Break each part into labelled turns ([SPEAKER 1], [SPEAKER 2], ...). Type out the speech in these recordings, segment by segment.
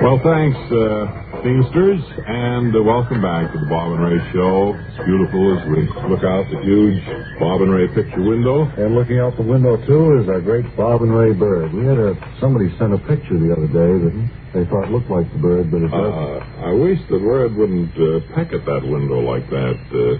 [SPEAKER 1] Well, thanks, uh, Teamsters, and uh, welcome back to the Bob and Ray Show. It's beautiful as we look out the huge Bob and Ray picture window.
[SPEAKER 2] And looking out the window, too, is our great Bob and Ray bird. We had a, somebody sent a picture the other day that they thought looked like the bird, but it
[SPEAKER 3] Uh-huh.
[SPEAKER 2] doesn't.
[SPEAKER 1] Uh, I wish the bird wouldn't uh, peck at that window like that. Uh,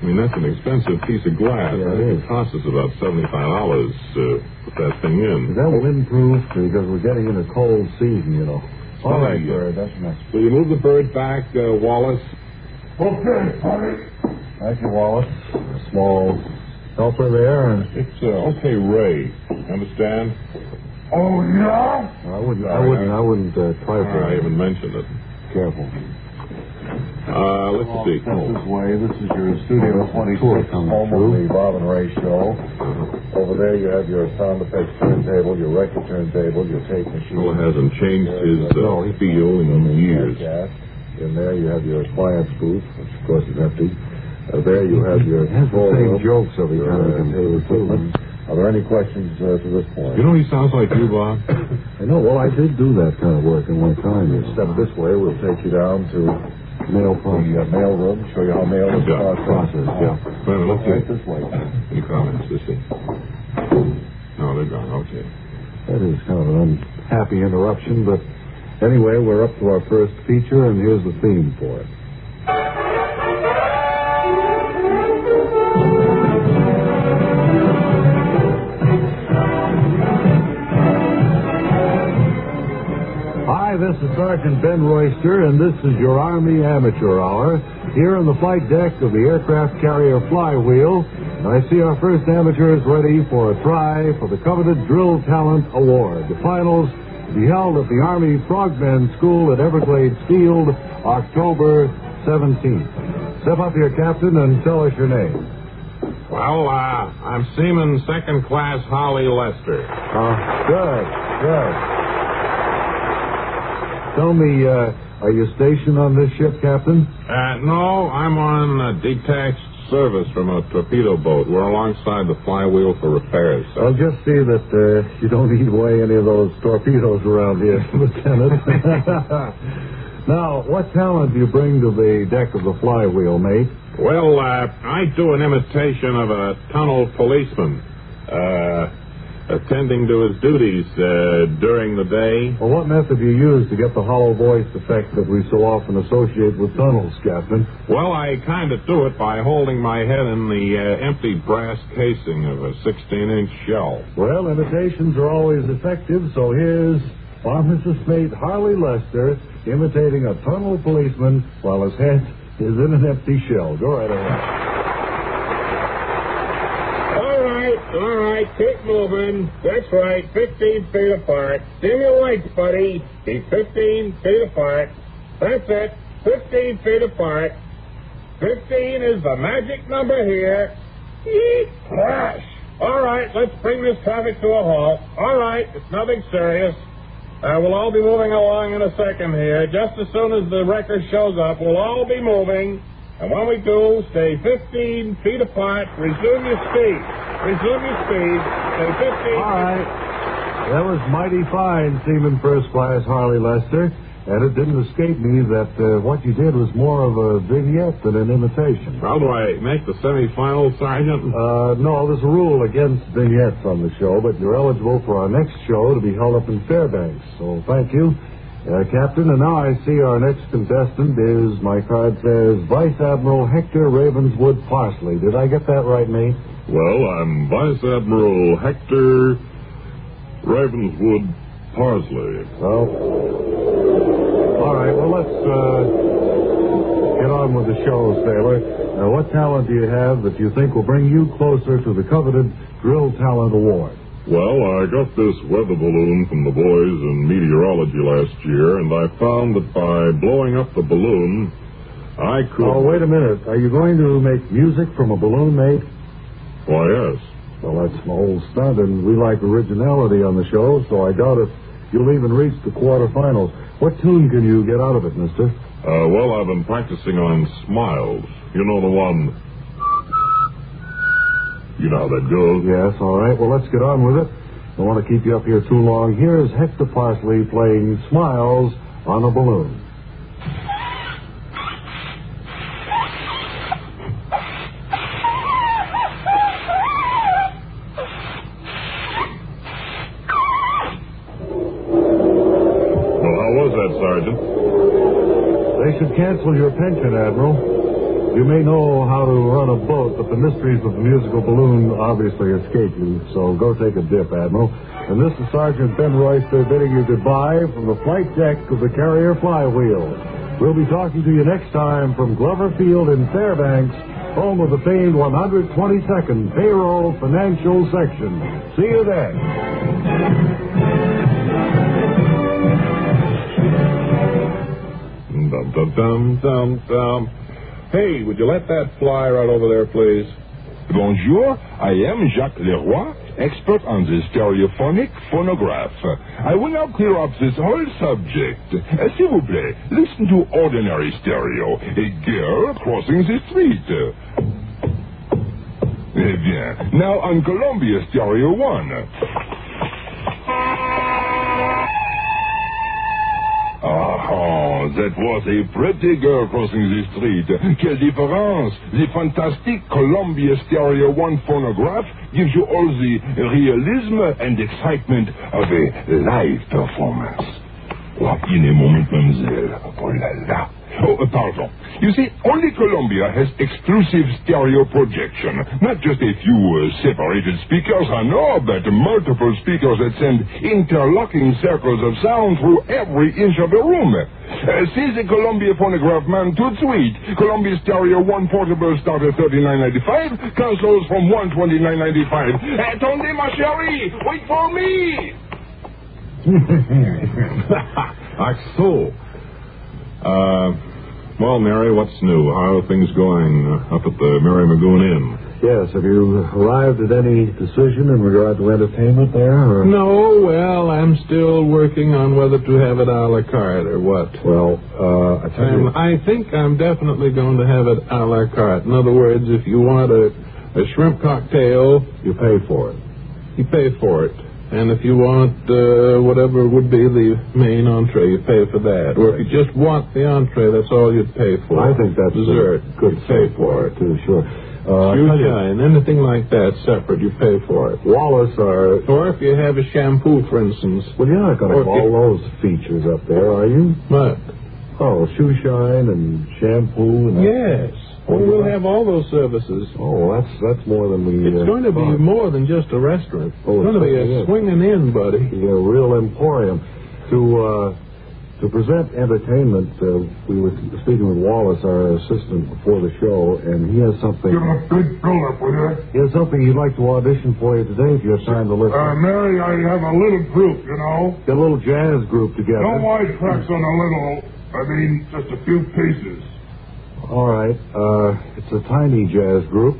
[SPEAKER 1] I mean, that's an expensive piece of glass.
[SPEAKER 2] Yeah, it
[SPEAKER 1] I think
[SPEAKER 2] is.
[SPEAKER 1] costs us about $75 to put that thing in.
[SPEAKER 2] Is that windproof? Because we're getting in a cold season, you know.
[SPEAKER 3] Oh,
[SPEAKER 2] All right, bird, that's enough.
[SPEAKER 1] Will you move the bird back, uh, Wallace?
[SPEAKER 2] Okay, Thank you, Wallace. A small helper there, and
[SPEAKER 1] It's uh, okay, Ray. Understand?
[SPEAKER 3] Oh, yeah?
[SPEAKER 2] I wouldn't, I
[SPEAKER 1] Sorry,
[SPEAKER 2] wouldn't,
[SPEAKER 1] I-
[SPEAKER 2] I wouldn't uh, try for
[SPEAKER 1] I
[SPEAKER 2] it.
[SPEAKER 1] haven't mentioned it.
[SPEAKER 2] Careful.
[SPEAKER 1] Uh, let's see.
[SPEAKER 3] Step this way. This is your Studio 26 home of the Bob and Ray Show.
[SPEAKER 2] Over there, you have your sound effects turntable, your record turntable, your tape
[SPEAKER 1] Fellow
[SPEAKER 2] machine.
[SPEAKER 1] hasn't changed his
[SPEAKER 2] No,
[SPEAKER 1] uh, feel in years.
[SPEAKER 2] Yes. In there, you have your appliance booth, which of course is empty. Uh, there, you have your control room,
[SPEAKER 3] jokes every
[SPEAKER 2] your, uh, table equipment. Are there any questions uh, to this point?
[SPEAKER 1] You know he sounds like you, Bob?
[SPEAKER 2] I know. Well, I did do that kind of work in my time. You step
[SPEAKER 3] Uh-huh.
[SPEAKER 2] this way, we'll take you down to mail the uh, mail room, show you how mail is
[SPEAKER 1] Yeah.
[SPEAKER 2] processed.
[SPEAKER 1] Wait a minute, let's
[SPEAKER 2] Right
[SPEAKER 1] see.
[SPEAKER 2] this way.
[SPEAKER 1] Any comments? Let's see. No, they're gone. Okay.
[SPEAKER 2] That is kind of an unhappy interruption, but anyway, we're up to our first feature, and here's the theme for it. Hi, this is Sergeant Ben Royster, and this is your Army Amateur Hour here on the flight deck of the aircraft carrier Flywheel. And I see our first amateur is ready for a try for the coveted Drill Talent Award. The finals to be held at the Army Frogmen School at Everglades Field, October 17th. Step up here, Captain, and tell us your name.
[SPEAKER 1] Well, uh, I'm Seaman Second Class Holly Lester.
[SPEAKER 2] Uh, good, good. Tell me, uh, are you stationed on this ship, Captain?
[SPEAKER 1] Uh, no, I'm on uh, detached service from a torpedo boat. We're alongside the flywheel for repairs.
[SPEAKER 2] I'll just see that uh, you don't eat away any of those torpedoes around here, Lieutenant. now, what talent do you bring to the deck of the flywheel, mate?
[SPEAKER 1] Well, uh, I do an imitation of a tunnel policeman, uh, attending to his duties uh, during the day.
[SPEAKER 2] Well, what method do you use to get the hollow voice effect that we so often associate with tunnels, Captain?
[SPEAKER 1] Well, I kind of do it by holding my head in the uh, empty brass casing of a 16-inch shell.
[SPEAKER 2] Well, imitations are always effective, so here's pharmacist mate Harley Lester imitating a tunnel policeman while his head is in an empty shell. Go right ahead.
[SPEAKER 4] All right, all right, keep moving. That's right, 15 feet apart. Dim your lights, buddy. Be 15 feet apart. That's it, 15 feet apart. 15 is the magic number here. Yeet, crash. All right, let's bring this traffic to a halt. All right, it's nothing serious. Uh, we'll all be moving along in a second here. Just as soon as the wrecker shows up, we'll all be moving. And when we do, stay 15 feet apart. Resume your speed. Resume your speed. Stay 15
[SPEAKER 2] All right. That was mighty fine, Seaman First Class Harley Lester. And it didn't escape me that uh, what you did was more of a vignette than an imitation.
[SPEAKER 1] How do I make the semifinal, Sergeant?
[SPEAKER 2] Uh, no, there's a rule against vignettes on the show, but you're eligible for our next show to be held up in Fairbanks. So thank you, uh, Captain. And now I see our next contestant is, my card says, Vice Admiral Hector Ravenswood Parsley. Did I get that right, mate?
[SPEAKER 1] Well, I'm Vice Admiral Hector Ravenswood Parsley.
[SPEAKER 2] Well, all right. Well, let's uh, get on with the show, sailor. Now, what talent do you have that you think will bring you closer to the coveted Drill Talent Award?
[SPEAKER 1] Well, I got this weather balloon from the boys in meteorology last year, and I found that by blowing up the balloon, I could.
[SPEAKER 2] Oh, wait a minute. Are you going to make music from a balloon, mate?
[SPEAKER 1] Why, yes.
[SPEAKER 2] Well, that's an old stunt, and we like originality on the show, so I doubt if you'll even reach the quarterfinals. What tune can you get out of it, mister?
[SPEAKER 1] Uh, well, I've been practicing on smiles. You know the one. You know how that goes.
[SPEAKER 2] Yes, all right. Well, let's get on with it. Don't want to keep you up here too long. Here is Hector Parsley playing Smiles on a Balloon.
[SPEAKER 5] Well, how was that, Sergeant?
[SPEAKER 2] They should cancel your pension, Admiral. You may know how to run a boat, but the mysteries of the musical balloon obviously escape you, so go take a dip, Admiral. And this is Sergeant Ben Royster bidding you goodbye from the flight deck of the carrier flywheel. We'll be talking to you next time from Glover Field in Fairbanks, home of the famed 122nd Payroll Financial Section. See you then.
[SPEAKER 5] Dum dum dum dum dum. Hey, would you let that fly right over there, please?
[SPEAKER 1] Bonjour, I am Jacques Leroy, expert on the stereophonic phonograph. I will now clear up this whole subject. Uh, S'il vous plaît, listen to ordinary stereo. A girl crossing the street. Eh bien, now on Columbia Stereo 1. Oh, Ah, that was a pretty girl crossing the street. Quelle différence! The fantastic Columbia Stereo 1 phonograph gives you all the realism and excitement of a live performance. In a moment, mademoiselle. Oh la la. Oh, uh, pardon. You see, only Columbia has exclusive stereo projection. Not just a few uh, separated speakers, I know, but multiple speakers that send interlocking circles of sound through every inch of the room. Uh, see the Columbia phonograph man tout de suite. Columbia Stereo 1 portable start at 39.95, consoles from 129.95. Attendez, ma chérie! Uh, Wait for me!
[SPEAKER 5] Axel. Uh, well, Mary, what's new? How are things going uh, up at the Mary Magoon Inn?
[SPEAKER 2] Yes, have you arrived at any decision in regard to entertainment there? Or...
[SPEAKER 6] No, well, I'm still working on whether to have it a la carte or what.
[SPEAKER 2] Well, uh, I tell you,
[SPEAKER 6] Um, I think I'm definitely going to have it a la carte. In other words, if you want a, a shrimp cocktail,
[SPEAKER 2] you pay for it.
[SPEAKER 6] you pay for it. And if you want uh, whatever would be the main entree, you pay for that. Or if you just want the entree, that's all you'd pay for.
[SPEAKER 2] I think that's a
[SPEAKER 6] dessert.
[SPEAKER 2] Good
[SPEAKER 6] you pay for it.
[SPEAKER 2] too. Sure. Uh, I tell you,
[SPEAKER 6] Fuchsia and anything like that separate, you pay for it.
[SPEAKER 2] Wallace are.
[SPEAKER 6] Or if you have a shampoo, for instance,
[SPEAKER 2] Well, you're not going to
[SPEAKER 6] Or
[SPEAKER 2] have all those features up there, are you?
[SPEAKER 6] but
[SPEAKER 2] Oh, shoe shine and shampoo and. that.
[SPEAKER 6] yes, we will have all those services.
[SPEAKER 2] Oh, well, that's that's more than we.
[SPEAKER 6] It's
[SPEAKER 2] uh,
[SPEAKER 6] going to be
[SPEAKER 2] thought.
[SPEAKER 6] more than just a restaurant.
[SPEAKER 2] Oh,
[SPEAKER 6] it's going to be
[SPEAKER 2] certainly
[SPEAKER 6] a
[SPEAKER 2] is.
[SPEAKER 6] swinging in, buddy.
[SPEAKER 2] the uh, real emporium. To uh, to present entertainment, uh, we were speaking with Wallace, our assistant, before the show, and he has something.
[SPEAKER 7] a big build-up, will you?
[SPEAKER 2] He has something he'd like to audition for you today if you have time to listen.
[SPEAKER 6] Uh,
[SPEAKER 7] Mary, I have a little group, you know.
[SPEAKER 2] Get a little jazz group together.
[SPEAKER 7] No wisecracks on a little. I mean, just a few pieces.
[SPEAKER 2] All right. Uh, it's a tiny jazz group.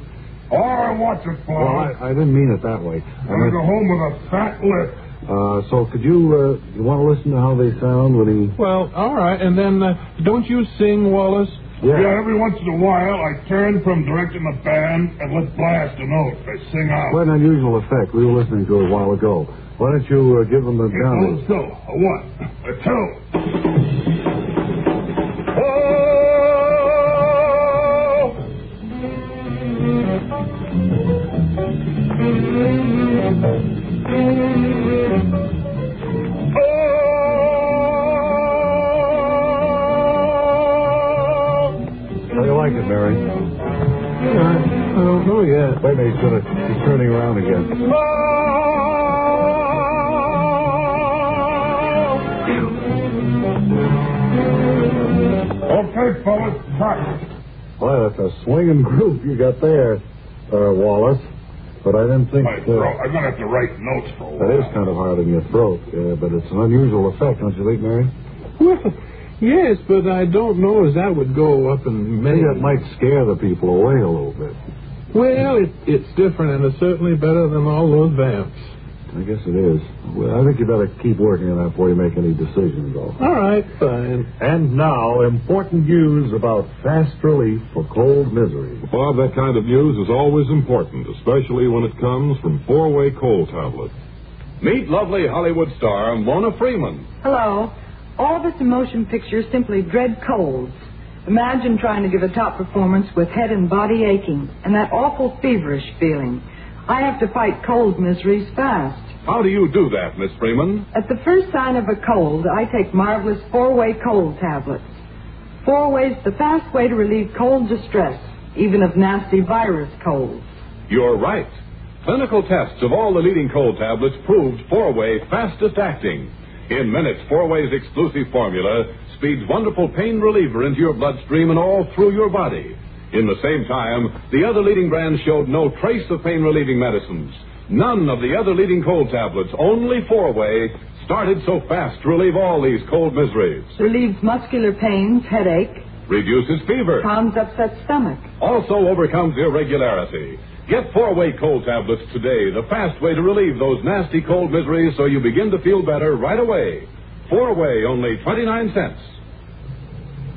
[SPEAKER 7] All I want you for
[SPEAKER 2] Well,
[SPEAKER 6] Uh-huh.
[SPEAKER 2] I, I didn't mean it that way. I
[SPEAKER 7] I'm going to go
[SPEAKER 2] meant,
[SPEAKER 7] home with a fat lip.
[SPEAKER 2] uh, so could you uh, you want to listen to how they sound when
[SPEAKER 6] Well, all right, and then uh, don't you sing, Wallace?
[SPEAKER 2] he? Yeah.
[SPEAKER 7] Yeah, every once in a while I turn from directing the band and let blast a note. I sing out.
[SPEAKER 2] Quite an unusual effect. We were listening to it a while ago. Why don't you uh, give them the
[SPEAKER 7] It goes
[SPEAKER 2] download?
[SPEAKER 7] so. A one, a two. Oh! Oh!
[SPEAKER 2] How do you like it, Mary?
[SPEAKER 6] Yeah, I don't know yet.
[SPEAKER 2] Wait a minute. He's gonna he's turning around again.
[SPEAKER 7] Okay, fellas, practice.
[SPEAKER 2] Well, that's a swinging group you got there, uh, Wallace. But I didn't think
[SPEAKER 7] My
[SPEAKER 2] uh,
[SPEAKER 7] throat. I'm gonna have to write notes for a
[SPEAKER 2] that
[SPEAKER 7] while.
[SPEAKER 2] is kind of hard in your throat. Uh, but it's an unusual effect, don't you think, Mary?
[SPEAKER 6] Well, yes, but I don't know as that would go up in
[SPEAKER 2] Maybe
[SPEAKER 6] many.
[SPEAKER 2] that might scare the people away a little bit.
[SPEAKER 6] Well, it, it's different, and it's certainly better than all those vamps.
[SPEAKER 2] I guess it is. Well, I think you better keep working on that before you make any decisions, though.
[SPEAKER 6] All right, fine.
[SPEAKER 2] And now, important news about fast relief for cold misery.
[SPEAKER 5] Bob, that kind of news is always important, especially when it comes from four way coal tablets.
[SPEAKER 8] Meet lovely Hollywood star Mona Freeman.
[SPEAKER 9] Hello. All this motion picture simply dread colds. Imagine trying to give a top performance with head and body aching and that awful feverish feeling. I have to fight cold miseries fast.
[SPEAKER 8] How do you do that, Miss Freeman?
[SPEAKER 9] At the first sign of a cold, I take marvelous four way cold tablets. Four way's the fast way to relieve cold distress, even of nasty virus colds.
[SPEAKER 8] You're right. Clinical tests of all the leading cold tablets proved four way fastest acting. In minutes, four way's exclusive formula speeds wonderful pain reliever into your bloodstream and all through your body. In the same time, the other leading brands showed no trace of pain relieving medicines. None of the other leading cold tablets, only four way, started so fast to relieve all these cold miseries.
[SPEAKER 9] Relieves muscular pains, headache,
[SPEAKER 8] Reduces fever.
[SPEAKER 9] calms upset stomach.
[SPEAKER 8] also overcomes irregularity. Get four way cold tablets today, the fast way to relieve those nasty cold miseries so you begin to feel better right away. Four way, only 29 cents.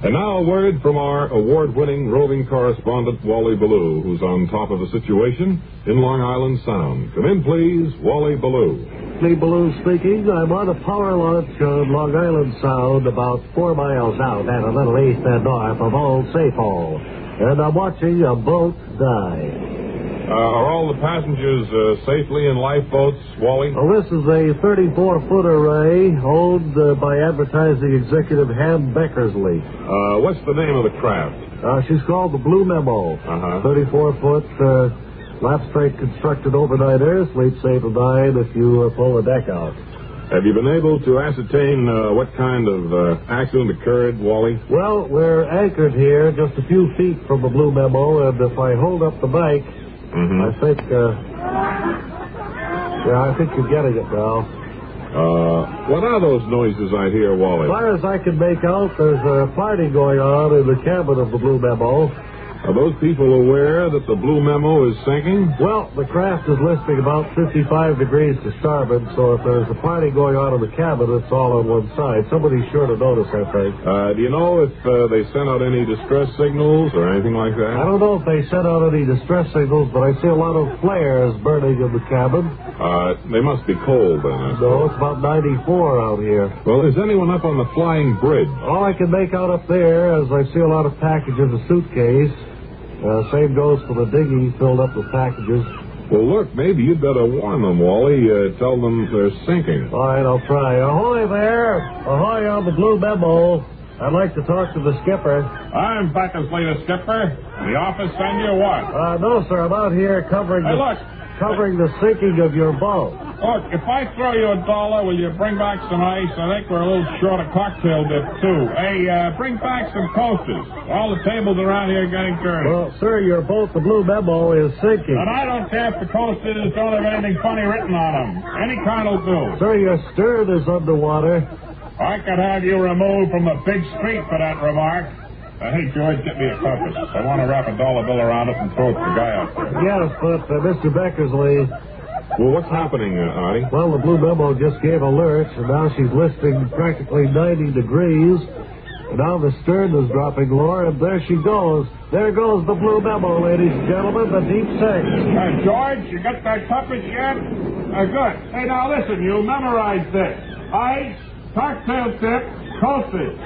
[SPEAKER 6] And now a word from our award-winning roving correspondent, Wally Ballou, who's on top of a situation in Long Island Sound. Come in, please, Wally Ballou.
[SPEAKER 2] Lee Balloon speaking. I'm on a power launch on Long Island Sound, about four miles out and a little east and north of Old Safehold. And I'm watching a boat die.
[SPEAKER 6] Uh, are all the passengers uh, safely in lifeboats, Wally?
[SPEAKER 2] Well, this is a 34-foot array owned uh, by advertising executive Ham Beckersley.
[SPEAKER 6] Uh, what's the name of the craft?
[SPEAKER 2] Uh, she's called the Blue Memo.
[SPEAKER 6] Uh-huh.
[SPEAKER 2] 34-foot, uh, lap straight constructed overnight air, sleep safe at night if you uh, pull the deck out.
[SPEAKER 6] Have you been able to ascertain uh, what kind of uh, accident occurred, Wally?
[SPEAKER 2] Well, we're anchored here just a few feet from the Blue Memo, and if I hold up the bike, I
[SPEAKER 6] Mm-hmm.
[SPEAKER 2] think, uh, yeah, I think you're getting it now.
[SPEAKER 6] Uh, what are those noises I hear,
[SPEAKER 2] As
[SPEAKER 6] Wally?
[SPEAKER 2] far as I can make out, there's a party going on in the cabin of the Blue Memo.
[SPEAKER 6] Are those people aware that the Blue Memo is sinking?
[SPEAKER 2] Well, the craft is listing about 55 degrees to starboard, so if there's a party going on in the cabin, it's all on one side. Somebody's sure to notice, I think.
[SPEAKER 6] Uh, do you know if uh, they sent out any distress signals or anything like
[SPEAKER 2] I
[SPEAKER 6] that?
[SPEAKER 2] don't know if they sent out any distress signals, but I see a lot of flares burning in the cabin.
[SPEAKER 6] Uh, they must be cold then. I
[SPEAKER 2] No,
[SPEAKER 6] suppose.
[SPEAKER 2] it's about 94 out here.
[SPEAKER 6] Well, is anyone up on the flying bridge?
[SPEAKER 2] All I can make out up there is I see a lot of packages, a suitcase. Uh, same goes for the dinghy filled up with packages.
[SPEAKER 6] Well, look, maybe you'd better warn them, Wally. Uh, tell them they're sinking.
[SPEAKER 2] All right, I'll try. Ahoy there! Ahoy on the Blue Memo. I'd like to talk to the skipper.
[SPEAKER 4] I'm Backus later, Skipper. The office send you what?
[SPEAKER 2] Uh, no, sir, I'm out here covering
[SPEAKER 4] Hey,
[SPEAKER 2] the,
[SPEAKER 4] look.
[SPEAKER 2] covering the sinking of your boat.
[SPEAKER 4] Look, if I throw you a dollar, will you bring back some ice? I think we're a little short of cocktail dip, too. Hey, uh, bring back some coasters. All the tables around here are getting dirty.
[SPEAKER 2] Well, sir, your boat, the Blue Memo, is sinking.
[SPEAKER 4] And I don't care if the coasters don't have anything funny written on them. Any kind will do.
[SPEAKER 2] Sir, your stern is underwater.
[SPEAKER 4] I could have you removed from the big street for that remark. Uh, hey, George, get me a compass. I want to wrap a dollar bill around it and throw it to the guy out there.
[SPEAKER 2] Yes, but uh, Mr. Beckersley,
[SPEAKER 6] Well, what's happening, uh, Artie?
[SPEAKER 2] Well, the Blue Memo just gave a lurch, and now she's listing practically 90 degrees. And now the stern is dropping lower, and there she goes. There goes the Blue Memo, ladies and gentlemen, the deep sink.
[SPEAKER 4] Uh, George, you got that compass yet? Uh, good. Hey, now listen, you memorize this. Ice, cocktail tip, coasted.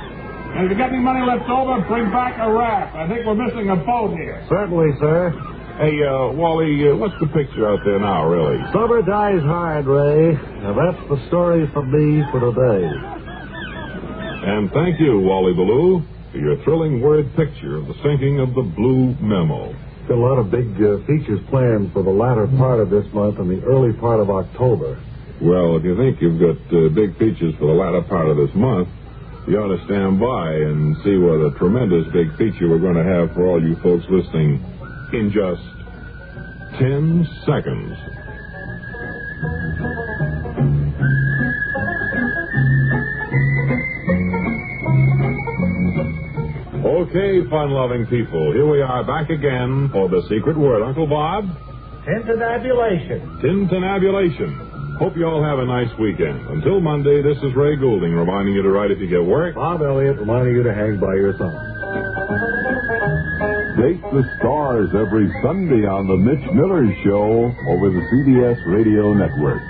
[SPEAKER 4] And if you got any money left over, bring back a raft. I think we're missing a boat here.
[SPEAKER 2] Certainly, sir.
[SPEAKER 6] Hey, uh, Wally, uh, what's the picture out there now, really?
[SPEAKER 2] Summer dies hard, Ray. Now, that's the story from me for today.
[SPEAKER 6] And thank you, Wally Ballou, for your thrilling word picture of the sinking of the Blue Memo.
[SPEAKER 2] Got a lot of big uh, features planned for the latter part of this month and the early part of October.
[SPEAKER 6] Well, if you think you've got uh, big features for the latter part of this month, you ought to stand by and see what a tremendous big feature we're going to have for all you folks listening in just 10 seconds. Okay, fun loving people, here we are back again for the secret word. Uncle Bob?
[SPEAKER 2] Tintinabulation.
[SPEAKER 6] Tintinabulation. Hope you all have a nice weekend. Until Monday, this is Ray Goulding reminding you to write if you get work.
[SPEAKER 2] Bob Elliott reminding you to hang by your thumb.
[SPEAKER 1] Date the Stars every Sunday on The Mitch Miller Show over the CBS Radio Network.